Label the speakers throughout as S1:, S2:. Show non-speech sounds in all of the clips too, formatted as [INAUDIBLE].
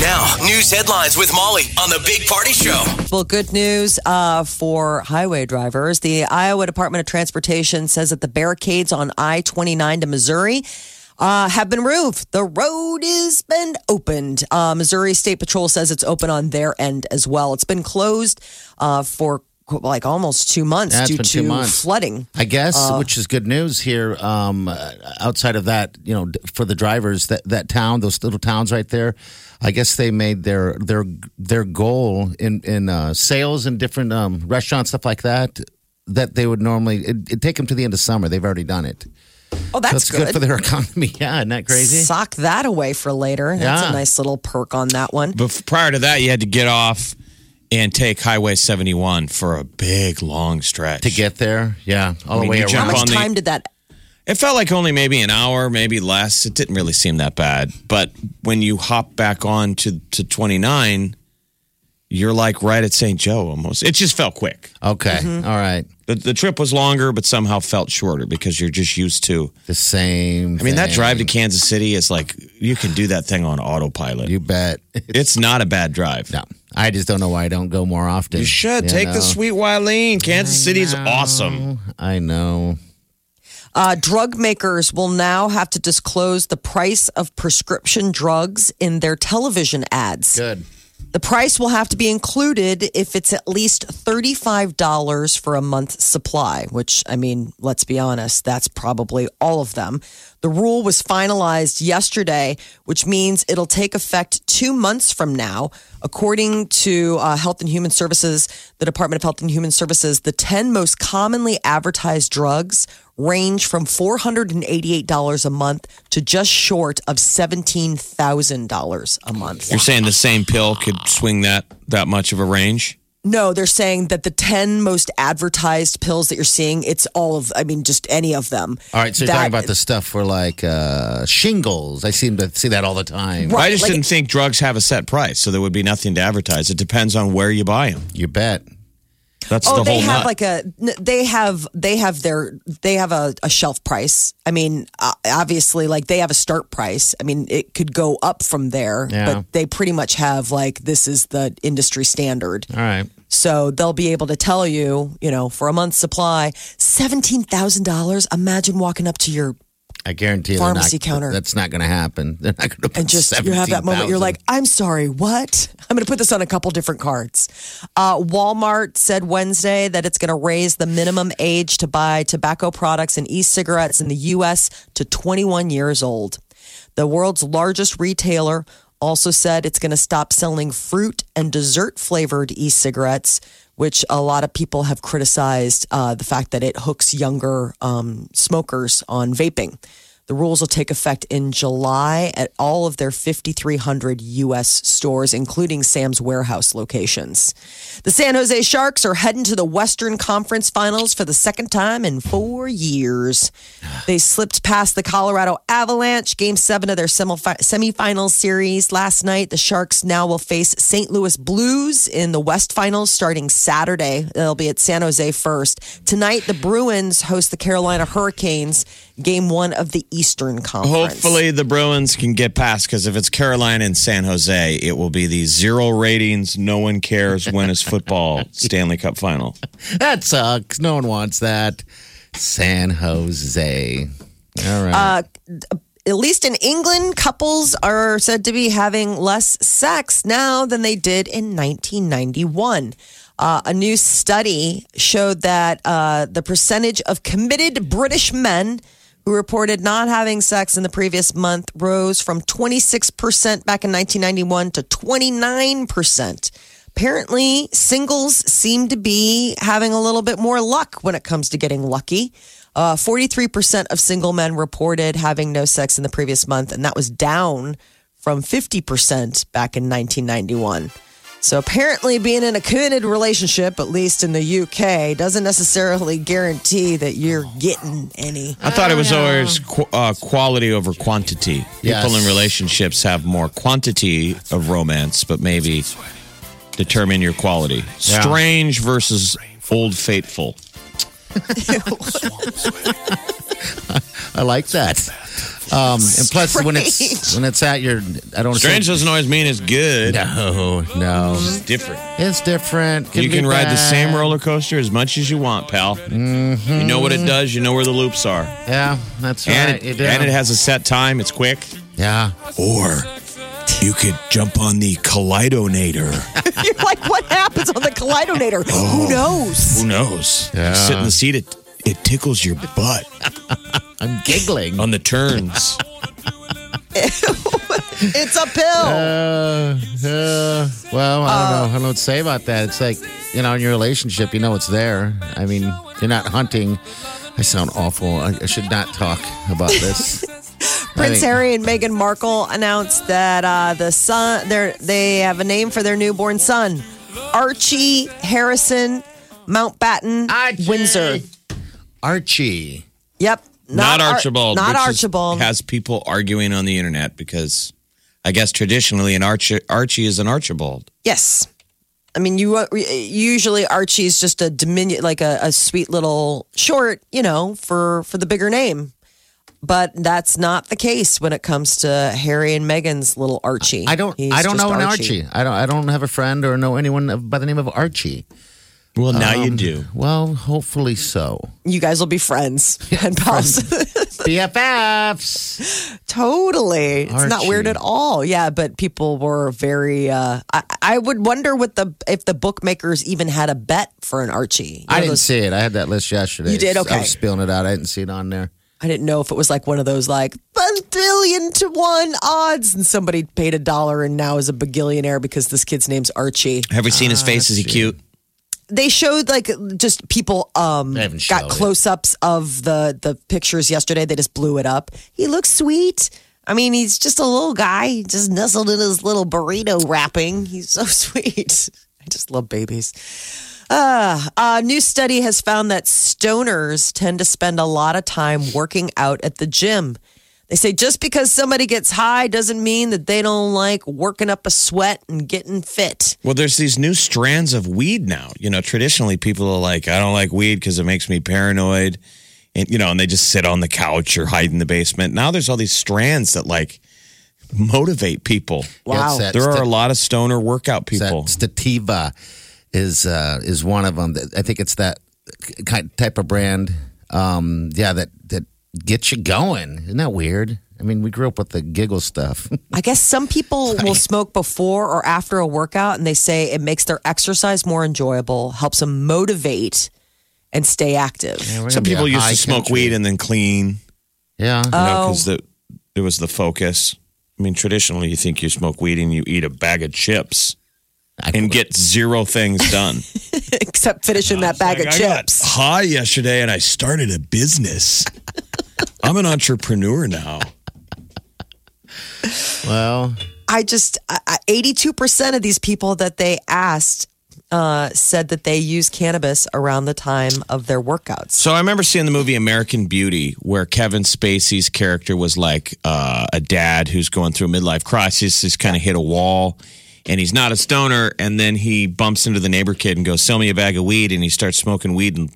S1: Now, news headlines with Molly on the Big Party Show.
S2: Well, good news uh, for highway drivers. The Iowa Department of Transportation says that the barricades on I 29 to Missouri. Uh, have been removed. The road has been opened. Uh, Missouri State Patrol says it's open on their end as well. It's been closed uh, for like almost two months
S3: Yeah, it's
S2: due
S3: been
S2: to
S3: two months.
S2: flooding.
S3: I guess, which is good news here. Um, uh, outside of that, you know, d- for the drivers, that that town, those little towns right there, I guess they made their their their goal in in uh, sales and different um, restaurants stuff like that. That they would normally it, it'd take them to the end of summer. They've already done it.
S2: Oh, that's,
S3: That's good. for their [LAUGHS] economy. Yeah, isn't that crazy?
S2: Sock that away for later. That's
S3: Yeah.
S2: a nice little perk on that one.
S4: But prior to that, you had to get off and take Highway 71 for a big long stretch.
S3: to get there, yeah, all
S4: I mean,
S3: the way
S4: you
S3: around.
S2: How
S4: jump
S2: much
S4: on the-
S2: time did that?
S4: it felt like only maybe an hour, maybe less. It didn't really seem that bad. But when you hop back on to, to 29, you're like right at St. Joe almost. It just felt quick.
S3: Okay, all right,
S4: The, the trip was longer, but somehow felt shorter because you're just used to.
S3: the same.
S4: I mean, that
S3: thing.
S4: drive to Kansas City is like you can do that thing on autopilot.
S3: You bet. [LAUGHS]
S4: it's not a bad drive.
S3: no, I just don't know why I don't go more often.
S4: You should take the
S3: know?
S4: sweet Wileen. Kansas City's awesome.
S3: I know.
S2: Uh, drug makers will now have to disclose the price of prescription drugs in their television ads.
S3: Good.
S2: The price will have to be included if it's at least $35 for a month's supply, which, I mean, let's be honest, that's probably all of them. The rule was finalized yesterday, which means it'll take effect two months from now. According to uh, Health and Human Services, the Department of Health and Human Services, the 10 most commonly advertised drugs range from $488 a month to just short of $17,000 a month.
S4: You're saying the same pill could swing that that much of a range?
S2: No, they're saying that the 10 most advertised pills that you're seeing, it's all of, I mean, just any of them.
S3: All right, so you're
S2: That-
S3: talking about the stuff for like uh, shingles. I seem to see that all the time.
S2: Right,
S4: I just
S2: like-
S4: didn't think drugs have a set price, so there would be nothing to advertise. It depends on where you buy them.
S3: You bet.
S4: That's
S2: Oh,
S4: the
S2: they
S4: whole
S2: have
S4: nut.
S2: like a n- they have they have their they have a, a shelf price. I mean, uh, obviously, like they have a start price. I mean, it could go up from there,
S3: Yeah.
S2: but they pretty much have like this is the industry standard.
S3: All right.
S2: So they'll be able to tell you, you know, for a month's supply, seventeen thousand dollars. Imagine walking up to your
S3: I guarantee they're
S2: Pharmacy
S3: not,
S2: counter.
S3: That's not going to happen. [LAUGHS] They're not going to.
S2: and just you have that moment you're like i'm sorry what i'm going to put this on a couple different cards uh, walmart said wednesday that it's going to raise the minimum age to buy tobacco products and e-cigarettes in the us to 21 years old the world's largest retailer also said it's going to stop selling fruit and dessert flavored e-cigarettes which a lot of people have criticized uh, the fact that it hooks younger um, smokers on vaping the rules will take effect in July at all of their 5,300 U.S. stores, including Sam's Warehouse locations. The San Jose Sharks are heading to the Western Conference Finals for the second time in four years. They slipped past the Colorado Avalanche, game seven of their semif- semifinals series last night. The Sharks now will face St. Louis Blues in the West Finals starting Saturday. They'll be at San Jose first. Tonight, the Bruins host the Carolina Hurricanes, game one of the Eastern Conference.
S4: Hopefully, the Bruins can get past because if it's Carolina and San Jose, it will be the zero ratings. No one cares when is
S2: [LAUGHS]
S4: football Stanley Cup final.
S3: that sucks. No one wants that. San Jose. All right.
S2: at least in England, couples are said to be having less sex now than they did in 1991. Uh, a new study showed that uh, the percentage of committed British men who reported not having sex in the previous month rose from 26% back in 1991 to 29%. Apparently, singles seem to be having a little bit more luck when it comes to getting lucky. Uh, 43% of single men reported having no sex in the previous month, and that was down from 50% back in 1991. So apparently, being in a committed relationship, at least in the UK, doesn't necessarily guarantee that you're getting any. [LAUGHS]
S4: I thought it was always qu- uh, quality over quantity.
S3: Yes.
S4: People in relationships have more quantity of romance, but maybe determine your quality.
S3: Yeah.
S4: Strange versus old faithful.
S3: I like that. Um, and plus, when it's when it's at your, I don't.
S4: Strange
S3: Say,
S4: doesn't always mean it's good.
S3: no, no,
S4: It's different.
S3: it's different.
S4: you
S3: be
S4: can ride the
S3: bad.
S4: same roller coaster as much as you want, pal. You know what it does. You know where the loops are,
S3: Yeah, that's
S4: and
S3: Mm-hmm. right.
S4: it,
S3: you do.
S4: and it has a set time. It's quick.
S3: Yeah,
S4: Or you could jump on the Kaleidonator.
S2: You're like, what happens on the Kaleidonator? Who knows?
S4: Who knows?
S3: Yeah.
S4: Sit in the seat. It, it tickles your butt
S3: I'm giggling.
S4: on the turns.
S2: It's uphill.
S3: Uh, uh, well, I don't know. I don't know what to say about that. It's like, you know, in your relationship, you know it's there. I mean, you're not hunting. I sound awful. I, I should not talk about this.
S2: Prince
S3: I think-
S2: Harry and Meghan Markle announced that uh, the son, they're- they have a name for their newborn son, Archie Harrison Mountbatten Windsor.
S3: Archie.
S2: Yep,
S4: not,
S2: Ar-
S4: Archibald.
S2: not
S4: which is-
S2: Archibald.
S4: has people arguing on the internet because I guess traditionally an Archie, Archie is an Archibald.
S2: Yes. I mean, you uh, usually Archie's just a diminutive, like a, a sweet little short, you know, for for the bigger name. But that's not the case when it comes to Harry and Meghan's little Archie.
S3: I don't.
S2: He's
S3: I don't
S2: just
S3: know an Archie. I don't. I don't have a friend or know anyone of- by the name of Archie.
S4: Well, now you do.
S3: Well, hopefully so.
S2: You guys will be
S3: [LAUGHS]
S2: friends and pals. [LAUGHS]
S3: BFFs.
S2: totally, it's not
S3: Archie.
S2: weird at all. Yeah, but people were very. Uh, I, I would wonder what the if the bookmakers even had a bet for an Archie. You
S3: I
S2: know,
S3: didn't
S2: those-
S3: see it. I had that list yesterday.
S2: You did?
S3: I
S2: Okay.
S3: was spilling it out. I didn't see it on there.
S2: I didn't know if it was like one of those like a billion to one odds, and somebody paid a dollar and now is a begillionaire because this kid's name's Archie.
S4: Have we seen his face? Is he cute?
S2: They showed like just people um
S3: They haven't showed
S2: got
S3: it.
S2: close ups of the the pictures yesterday. They just blew it up. He looks sweet. I mean, he's just a little guy, just nestled in his little burrito wrapping. He's so [LAUGHS] sweet. I just love babies. Uh, a new study has found that stoners tend to spend a lot of time working out at the gym. They say just because somebody gets high doesn't mean that they don't like working up a sweat and getting fit.
S4: Well, there's these new strands of weed now. You know, traditionally people are like, I don't like weed because it makes me paranoid. And, you know, and they just sit on the couch or hide in the basement. Now there's all these strands that like motivate people.
S3: Wow. Yes, that-
S4: there are a lot of stoner workout
S3: that
S4: people.
S3: Stativa is uh, is one of them. I think it's that kind type of brand. Um, yeah, that that gets you going. Isn't that weird? I mean, we grew up with the giggle stuff.
S2: I guess some people will smoke before or after a workout, and they say it makes their exercise more enjoyable, helps them motivate and stay active.
S3: [LAUGHS]
S4: Some people used to smoke weed and then clean.
S3: yeah,
S4: because the there was the focus. I mean, traditionally, you think you smoke weed and you eat a bag of chips
S3: I-
S4: and get zero things done.
S2: [LAUGHS] Except finishing that [LAUGHS] bag
S4: Like,
S2: of
S4: I got
S2: chips.
S4: high yesterday, and I started a business. I'm an entrepreneur now.
S3: well,
S2: I just, I- I- 82% of these people that they asked uh, said that they use cannabis around the time of their workouts.
S4: So I remember seeing the movie American Beauty, where Kevin Spacey's character was like uh, a dad who's going through a midlife crisis. He's kind of hit a wall, and he's not a stoner. And then he bumps into the neighbor kid and goes, "Sell me a bag of weed." And he starts smoking weed and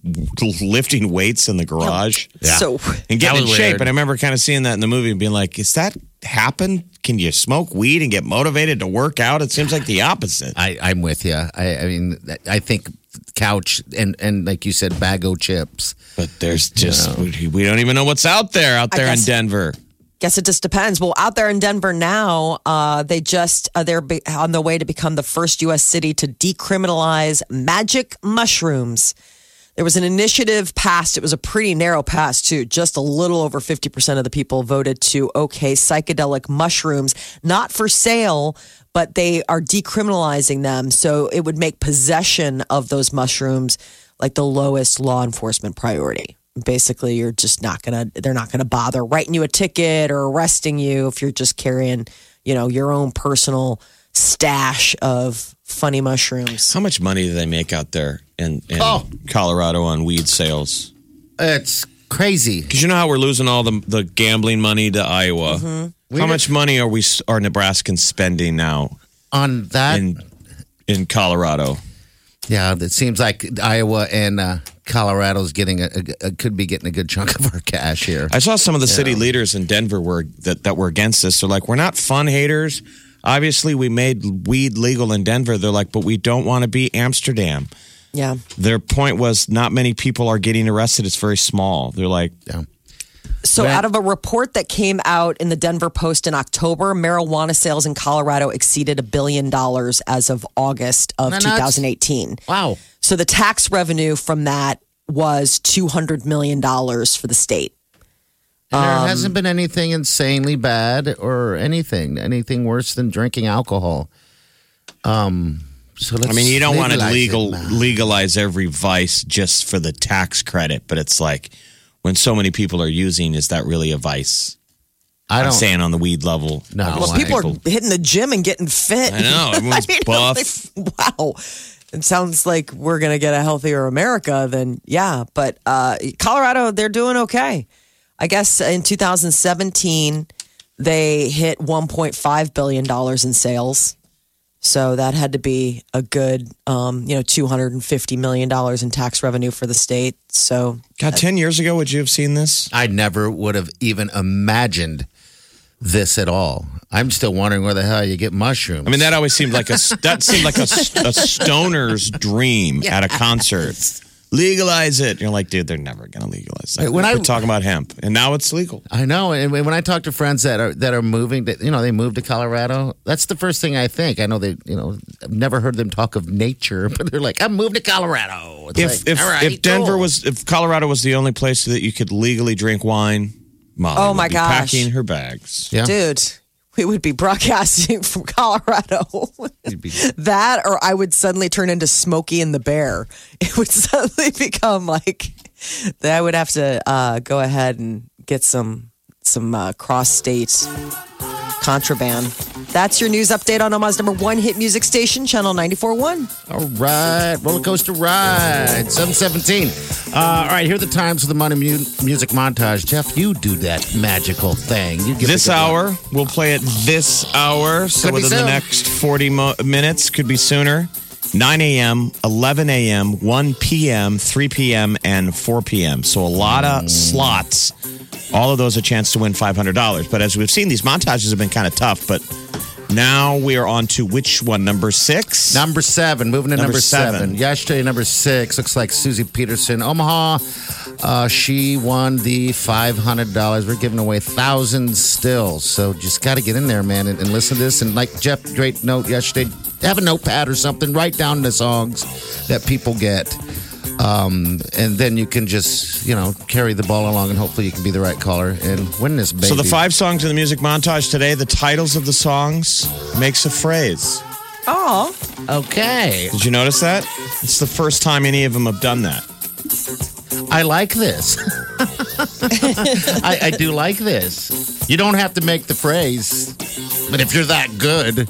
S4: [LAUGHS] lifting weights in the garage
S2: So
S4: and
S3: That
S4: getting in
S3: was
S4: shape.
S3: weird.
S4: And I remember kind of seeing that in the movie and being like, "Is that happen? Can you smoke weed and get motivated to work out?" It seems like the opposite.
S3: I, I'm with you. I, I mean, that- I think couch and and like you said, bag o' chips.
S4: But there's just we, we don't even know what's out there out there in
S2: guess-
S4: Denver.
S2: Guess it just depends. Well, out there in Denver now, uh, they just uh, they're be- on the way to become the first U.S. city to decriminalize magic mushrooms. There was an initiative passed. It was a pretty narrow pass too. Just a little over fifty percent of the people voted to okay psychedelic mushrooms, not for sale, but they are decriminalizing them, so it would make possession of those mushrooms like the lowest law enforcement priority basically you're just not gonna they're not gonna bother writing you a ticket or arresting you if you're just carrying you know, your own personal stash of funny mushrooms.
S4: How much money do they make out there in, in
S3: Oh.
S4: Colorado on weed sales?
S3: It's crazy.
S4: Because you know how we're losing all the, the gambling money to Iowa. How much money are we s- are Nebraskans spending now
S3: On that,
S4: in in Colorado?
S3: yeah, it seems like Iowa and uh, Colorado's getting a, a, a- could be getting a good chunk of our cash here.
S4: I saw some of the city leaders in Denver were that, that were against this. They're like, we're not fun haters. Obviously, we made weed legal in Denver. They're like, but we don't want to be Amsterdam.
S2: Yeah.
S4: Their point was not many people are getting arrested. It's very small. They're like,
S2: So,
S3: That-
S2: out of a report that came out in the Denver Post in October, marijuana sales in Colorado exceeded a billion dollars as of August of
S3: Isn't that nuts?
S2: 2018.
S3: Wow.
S2: So, the tax revenue from that was $200 million for the state.
S3: And
S4: Um,
S3: there hasn't been anything insanely bad or anything, anything worse than drinking alcohol. Um, so let's
S4: I mean, you don't want to
S3: legalize it
S4: legal
S3: now.
S4: legalize every vice just for the tax credit, but it's like when so many people are using, is that really a vice?
S3: I
S4: I'm
S3: don't.
S4: saying on the weed level.
S3: No.
S4: Obviously,
S3: Well,
S2: Well, people are hitting the gym and getting fit.
S4: I know,
S2: [LAUGHS]
S4: everyone's
S2: mean, I'm
S4: buff.
S2: like, wow. It sounds like we're going to get a healthier America than, yeah. But uh, Colorado, they're doing okay. I guess in 2017, they hit $1.5 billion in sales. So that had to be a good, um, you know, $250 million in tax revenue for the state. So
S4: God, ten years ago, would you have seen this?
S3: I never would have even imagined this at all. I'm still wondering where the hell you get mushrooms.
S4: I mean, that always seemed like a that seemed like a, a stoner's dream at a concert. Legalize it. You're like, dude, they're never going to legalize that.
S3: When
S4: When
S3: I-
S4: I we're talking about hemp, and now it's legal.
S3: I know, and when I talk to friends that are that are moving, that you know, they moved to Colorado. That's the first thing I think. I know they, you know, I've never heard them talk of nature, [LAUGHS] but they're like, "I moved to Colorado." It's
S4: If
S3: like,
S4: if,
S3: all right,
S4: if Denver
S3: cool. [LAUGHS]
S4: was if Colorado was the only place that you could legally drink wine, Molly
S2: Oh
S4: would
S2: my
S4: be
S2: gosh.
S4: packing her bags.
S3: yeah,
S2: dude we would be broadcasting [LAUGHS] from colorado [LAUGHS] that or i would suddenly turn into smokey and the bear [LAUGHS] it would suddenly become like that i would have to uh, go ahead and get some some uh, cross-state contraband that's your news update on omaha's number one hit music station channel 94.1
S3: All right, roller coaster ride, seven seventeen. Uh, all right, here are the times of the money mu- music montage. Jeff, you do that magical thing. You give
S4: this
S3: it a good
S4: hour we'll play it this hour so
S3: Could be
S4: within
S3: soon.
S4: the next 40 mo- minutes could be sooner 9 a.m 11 a.m 1 p.m 3 p.m and 4 p.m so a lot of slots all of those a chance to win $500 but as we've seen these montages have been kind of tough but now we are on to which one number six
S3: Number seven, moving to number,
S4: Number
S3: seven.
S4: seven.
S3: Yesterday, number six looks like Susie Peterson, Omaha. Uh, she won the five hundred dollars. We're giving away thousands still, so just got to get in there, man, and, and listen to this. And like Jeff, great note yesterday. Have a notepad or something. Write down the songs that people get, um, and then you can just you know carry the ball along, and hopefully you can be the right caller and win this baby.
S4: so the five songs in the music montage today the titles of the songs makes a phrase
S2: oh
S3: Okay,
S4: did you notice that it's the first time any of them have done that
S3: I like this. [LAUGHS] I, I do like this. You don't have to make the phrase, but if you're that good,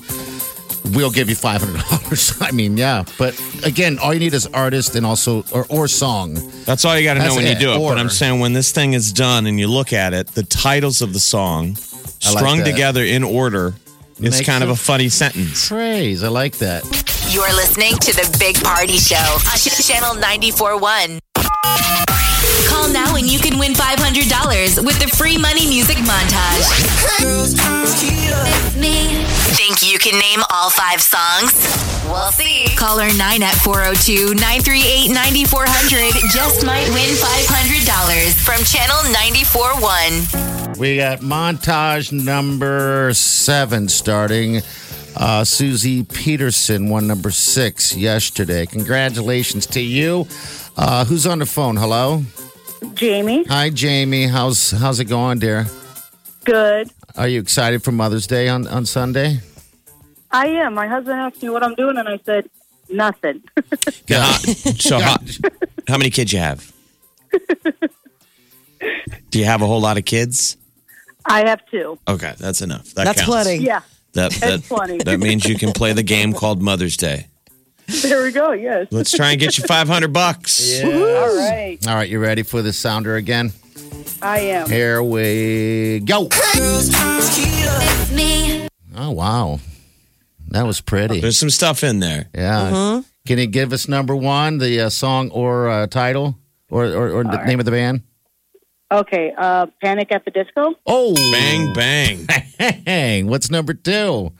S3: we'll give you five hundred dollars. [LAUGHS] I mean, yeah. But again, all you need is artist and also or, or song.
S4: That's all you got to know
S3: That's
S4: when
S3: it,
S4: you do it.
S3: or-
S4: But I'm saying when this thing is done and you look at it, the titles of the song
S3: I like
S4: strung
S3: that.
S4: together in order, it's
S3: Makes
S4: kind of
S3: it-
S4: a funny sentence.
S3: Phrase. I like that.
S5: You're listening to the Big Party Show on Ch- Channel 94.1. Call now and you can win $500 with the free money music montage. Think you can name all five songs? We'll see. Caller 9 at 402 938 9400 just might win $500 from Channel 94.1.
S3: We got montage number seven starting. Uh, Susie Peterson won number six yesterday. Congratulations to you. Uh, who's on the phone? Hello.
S6: Jamie,
S3: Hi, Jamie. How's how's it going, dear?
S6: good.
S3: Are you excited for Mother's Day on, on Sunday?
S6: I am. My husband asked me what I'm doing, and I said nothing. [LAUGHS]
S4: Now,
S3: [LAUGHS]
S4: how- so, how, how many kids you have? do you have a whole lot of kids?
S6: I have two.
S4: Okay, that's enough. That
S2: that's
S4: counts.
S2: plenty
S6: Yeah,
S4: That that,
S6: funny.
S4: that means you can play
S2: [LAUGHS]
S4: the game called Mother's Day.
S6: There we go. Yes.
S4: Let's try and get you 500 bucks.
S6: All right.
S3: All right, you ready for the sounder again?
S6: I am.
S3: Here we go.
S5: It's me.
S3: Oh, wow. That was pretty.
S4: There's some stuff in there.
S3: Yeah. Can you give us number one, the uh, song or uh, title or, or, or the name of the band?
S6: Okay. Uh, Panic at the Disco,
S3: Oh,
S4: Bang, bang.
S3: bang. What's number two?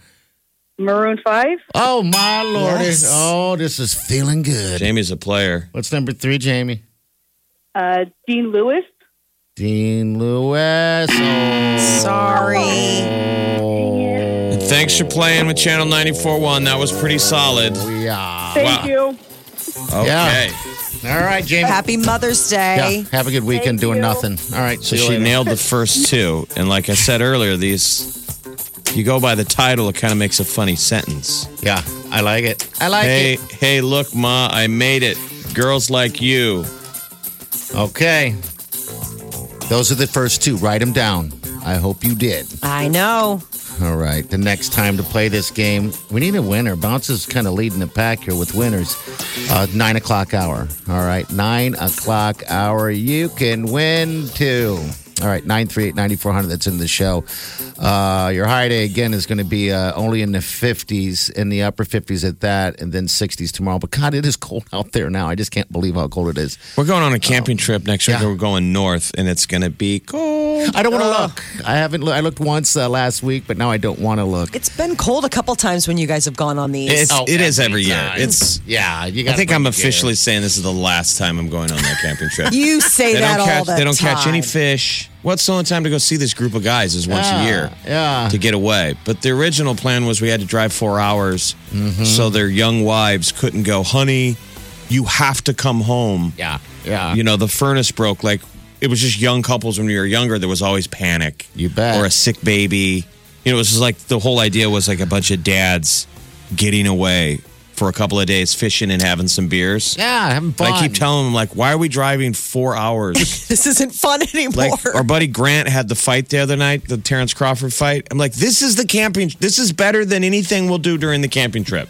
S6: Maroon Five.
S3: Oh, my Lord.
S2: Yes.
S3: Oh, this is feeling good.
S4: Jamie's a player.
S3: What's number three, Jamie?
S6: Uh, Dean Lewis.
S3: Dean Lewis. Oh,
S2: Sorry.
S4: And thanks for playing with Channel 94.1. That was pretty solid.
S3: Oh, yeah.
S6: Thank you.
S4: Okay.
S3: All right, Jamie.
S2: Happy Mother's Day.
S3: yeah, have a good weekend
S6: Thank
S3: doing
S6: you.
S3: nothing. All right. see
S4: So
S3: you
S4: she
S3: later.
S4: nailed the first two. And like I said earlier, these, if you go by the title, it kind of makes a funny sentence.
S3: Yeah, I like it. I like
S4: Hey,
S3: it.
S4: hey, look, Ma, I made it. Girls like you.
S3: Okay. Those are the first two. Write them down. I hope you did.
S2: I know.
S3: All right. The next time to play this game, we need a winner. Bounce is kind of leading the pack here with winners. Uh, nine o'clock hour. All right. Nine o'clock hour. You can win too. All right. 938 9400. That's in the show. Uh, your high day again is going to be uh, only in the 50s, in the upper 50s at that, and then 60s tomorrow. But God, it is cold out there now. I just can't believe how cold it is.
S4: We're going on a camping trip next week.
S3: yeah.
S4: We're going north, and it's going to be cold.
S3: I don't want to look. I haven't. Look, I looked once uh, last week, but now I don't want to look.
S2: It's been cold a couple times when you guys have gone on these.
S4: It's,
S3: Oh,
S4: it is every
S3: every
S4: year.
S3: time.
S4: It's.
S3: Yeah, you
S4: I
S3: gotta
S4: think
S3: bring
S4: I'm
S3: it.
S4: officially saying this is the last time I'm going on that camping
S2: [LAUGHS]
S4: trip.
S2: you say
S4: they
S2: that
S4: don't
S2: all
S4: catch.
S2: the
S4: They don't catch any
S2: time. [LAUGHS]
S4: fish. What's the only time to go see this group of guys is once a
S3: Yeah,
S4: year.
S3: yeah.
S4: To get away, but the original plan was we had to drive four hours,
S3: Mm-hmm.
S4: so their young wives couldn't go. Honey, you have to come home.
S3: Yeah, yeah.
S4: you know the furnace broke like it was just young couples when we were younger there was always panic
S3: You bet.
S4: or a sick baby you know it was just like the whole idea was like a bunch of dads getting away for a couple of days fishing and having some beers
S3: yeah, having fun.
S4: i keep telling them like why are we driving four
S3: [LAUGHS]
S4: hours
S2: This isn't fun anymore.
S4: like our buddy grant had the fight the other night the terrence crawford fight i'm like this is the camping this is better than anything we'll do during the camping trip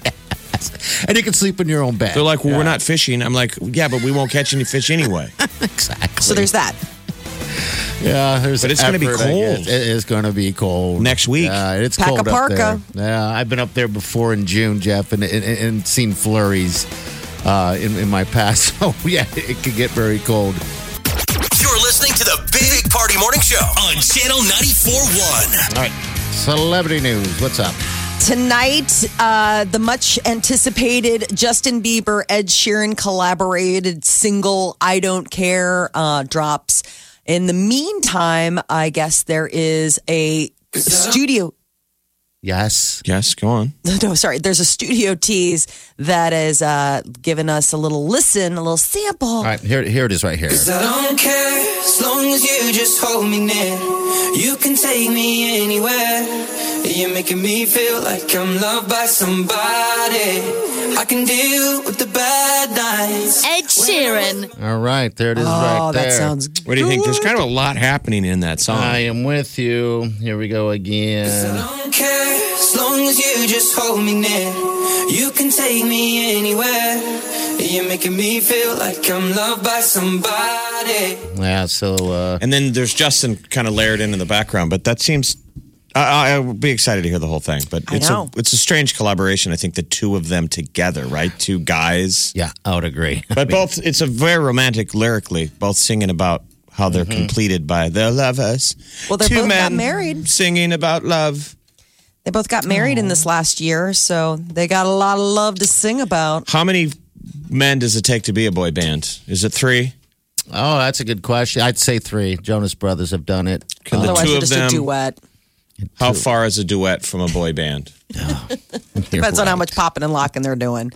S3: and you can sleep in your own bed.
S4: they're like well we're not fishing i'm like yeah but we won't catch any fish anyway
S2: [LAUGHS]
S3: exactly.
S2: so there's that.
S3: yeah, there's.
S4: But it's gonna be
S3: effort, I
S4: cold.
S3: guess. It is going to be cold
S4: Next week.
S3: Yeah, it's
S2: Pack a
S3: cold up there.
S2: parka.
S3: Yeah, I've been up there before in June, Jeff, and and, and seen flurries uh, in in my [LAUGHS] past. So yeah, it could get very cold.
S1: You're listening to the Big Party Morning Show on Channel 94.1.
S3: All right, celebrity news. What's up?
S2: Tonight, uh, the much anticipated Justin Bieber Ed Sheeran collaborated single I Don't Care uh, drops. In the meantime, I guess there is a studio. [LAUGHS]
S3: Yes.
S4: yes go on
S2: No, sorry. There's a studio tease that is uh, giving us a little listen, a little sample.
S3: All right, here here it is right here.
S7: I don't care as long as you just hold me near. You can take me anywhere. You're making me feel like I'm loved by somebody. I can deal with the bad nights.
S5: Ed Sheeran.
S3: All right, there it is
S2: Oh,
S3: right there.
S2: that sounds.
S4: What do you think? There's kind of a lot happening in that song.
S3: I am with you. Here we go
S7: I
S3: again.
S7: don't care as long as you just hold me near. You can take me anywhere. You're making me feel like I'm loved by somebody.
S3: Yeah, so uh
S4: and then there's Justin kind of layered in in the background, but that seems. I, I, I would be excited to hear the whole thing, but
S2: I
S4: it's
S2: know.
S4: a it's a strange collaboration. I think the two of them together, right? Two guys,
S3: yeah, I would agree. [LAUGHS]
S4: but both. It's a very romantic lyrically, both singing about how they're
S3: Mm-hmm.
S4: completed by their lovers.
S2: Well, they
S4: two
S2: both got
S4: men
S2: married.
S4: singing about love.
S2: They both got married in this last year, so they got a lot of love to sing about.
S4: How many men does it take to be a boy band? Is it three?
S3: Oh, that's a good question. I'd say three. Jonas Brothers have done it.
S4: Can the
S2: Otherwise,
S4: two
S2: they're
S4: of
S2: just
S4: them?
S2: a duet.
S4: How far is a duet from a boy band?
S2: [LAUGHS] Depends on how much popping and locking they're doing.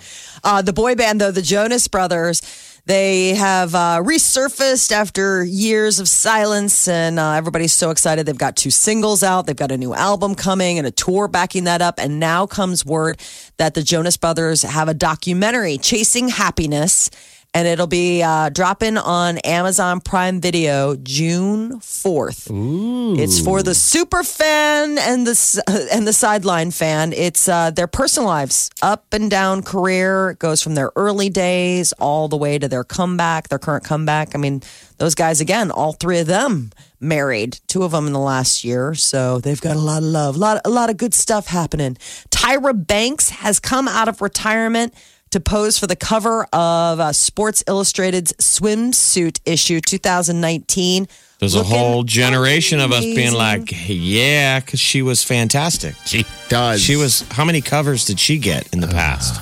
S2: Uh, the boy band, though, the Jonas Brothers, they have uh, resurfaced after years of silence, and uh, everybody's so excited. They've got two singles out, they've got a new album coming, and a tour backing that up. And now comes word that the Jonas Brothers have a documentary, Chasing Happiness. and it'll be uh, dropping on Amazon Prime Video June fourth. It's for the super fan and the s- [LAUGHS] and the sideline fan. It's uh, their personal lives, up and down career. It goes from their early days all the way to their comeback, their current comeback. I mean, those guys again, all three of them married, two of them in the last year, so they've got a lot of love, a lot a lot of good stuff happening. Tyra Banks has come out of retirement to pose for the cover of uh, Sports Illustrated's swimsuit issue 2019.
S4: There's a
S2: Looking
S4: whole generation of us being
S2: amazing.
S4: like, hey, yeah, because she was fantastic.
S3: [LAUGHS] She does.
S4: She was, how many covers did she get in
S3: [SIGHS]
S4: the past?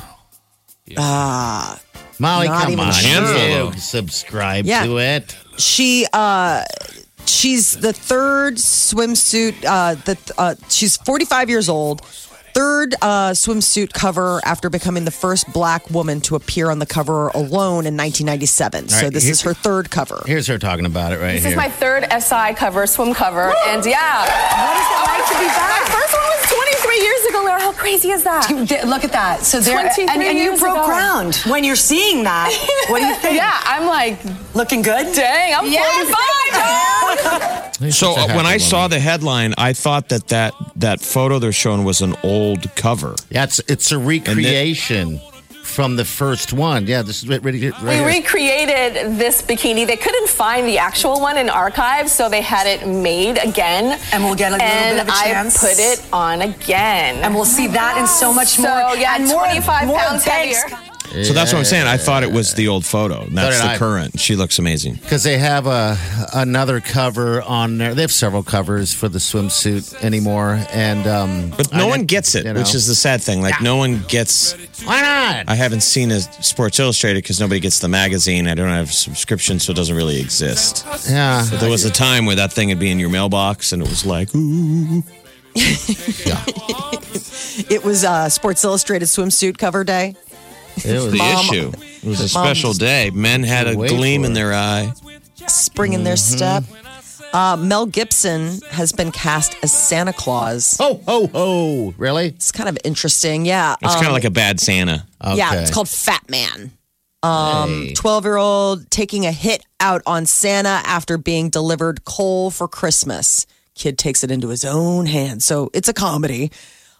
S3: Molly.
S2: Not
S3: Come
S2: even
S3: on, You
S4: sure.
S3: subscribe
S2: Yeah.
S3: to it.
S2: she uh she's the third swimsuit uh the uh she's 45 years old third uh swimsuit cover after becoming the first black woman to appear on the cover alone in 1997 so
S3: right,
S2: this
S3: here-
S2: is her third cover
S3: Here's her talking about it right
S8: This
S3: here.
S8: is my third SI cover, swim cover, and yeah. What is it like to be back? My first one was 23 years ago, Laura. How crazy is that?
S9: Look at that. So there, and,
S8: 23
S9: and you
S8: years
S9: broke
S8: ago.
S9: ground when you're seeing that. What do you think?
S8: [LAUGHS] Yeah, I'm like,
S9: Looking good?
S8: dang, I'm
S9: Yes,
S8: 45. dog.
S3: She's
S4: So
S3: such a
S4: uh,
S3: happy
S4: when I
S3: woman.
S4: saw the headline, I thought that, that that photo they're showing was an old cover.
S3: yeah, it's, it's a recreation from the first one. Yeah, this is right, right, right
S8: we
S3: here.
S8: recreated this bikini. They couldn't find the actual one in archives, so they had it made again.
S9: And we'll get a little
S8: and
S9: bit of a chance.
S8: I put it on again.
S9: And we'll see that and so much
S8: So,
S9: more.
S8: yeah,
S9: and
S8: 25
S9: more, more
S8: pounds
S9: banks.
S8: heavier.
S4: So that's what I'm saying. I thought it was the old photo. and That's
S3: So did
S4: the
S3: I.
S4: current. She looks amazing.
S3: because they have a another cover on there. They have several covers for the swimsuit anymore, and um,
S4: But no
S3: I-
S4: one gets it,
S3: you know.
S4: which is the sad thing. Like, no one gets.
S3: why not?
S4: I haven't seen a Sports Illustrated because nobody gets the magazine. I don't have a subscription, so it doesn't really exist.
S3: yeah,
S4: But there was a time where that thing would be in your mailbox, and it was like, ooh.
S2: it was uh sports illustrated swimsuit cover day
S3: it was
S4: the issue. It was a special day. Men had a
S3: Wait
S4: gleam
S3: for
S4: in
S3: it.
S4: their eye.
S2: spring in their step uh, Mel Gibson has been cast as Santa Claus.
S3: Ho ho ho! Really?
S2: It's kind of interesting. Yeah. um,
S4: It's
S3: Um,
S4: kind of like a bad Santa.
S3: Okay.
S2: Yeah, it's called Fat Man. Um, 12 year old taking a hit out on Santa after being delivered coal for Christmas. Kid takes it into his own hands. So it's a comedy.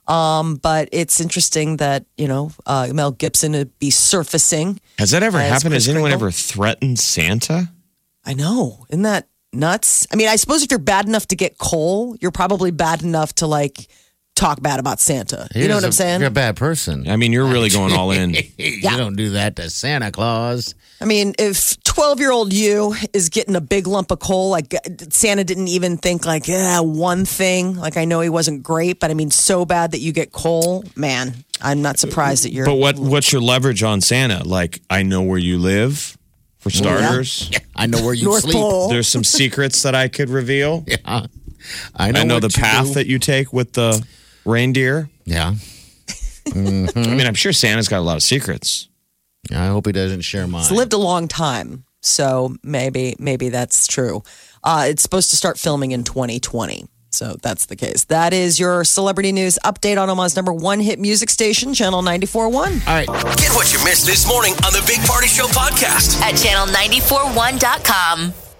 S2: Um, but it's interesting that, you know, uh, Mel Gibson would be surfacing.
S4: Has that ever
S2: As
S4: happened?
S2: Kris
S4: Has anyone
S2: Kringle?
S4: ever threatened Santa?
S2: I know. Isn't that nuts? I mean, I suppose if you're bad enough to get coal, you're probably bad enough to like talk bad about Santa. you know
S3: Here's
S2: what
S3: a-
S2: I'm saying?
S3: You're a bad person.
S4: I mean, you're really going all in.
S3: [LAUGHS] You don't do that to Santa Claus.
S2: I mean, if 12 year old you is getting a big lump of coal, like uh, Santa didn't even think, like, yeah, one thing. Like, I know he wasn't great, but I mean, so bad that you get coal, man, I'm not surprised that you're.
S4: But what what's your leverage on Santa? Like, I know where you live, for starters.
S3: I know where you
S2: North
S3: sleep.
S2: Pole.
S3: [LAUGHS]
S4: There's some secrets that I could reveal.
S3: Yeah. I know,
S4: I know
S3: what
S4: the
S3: you
S4: path
S3: do.
S4: that you take with the reindeer.
S3: Yeah.
S4: I
S3: Mm-hmm.
S4: mean, I'm sure Santa's got a lot of secrets.
S3: I hope he doesn't share mine.
S2: It's lived a long time. So maybe, maybe that's true. Uh, it's supposed to start filming in 2020. So that's the case. That is your celebrity news update on Omaha's number one hit music station, Channel 94.1.
S3: All right.
S1: Get what you missed this morning on the Big Party Show podcast.
S5: at channel941.com.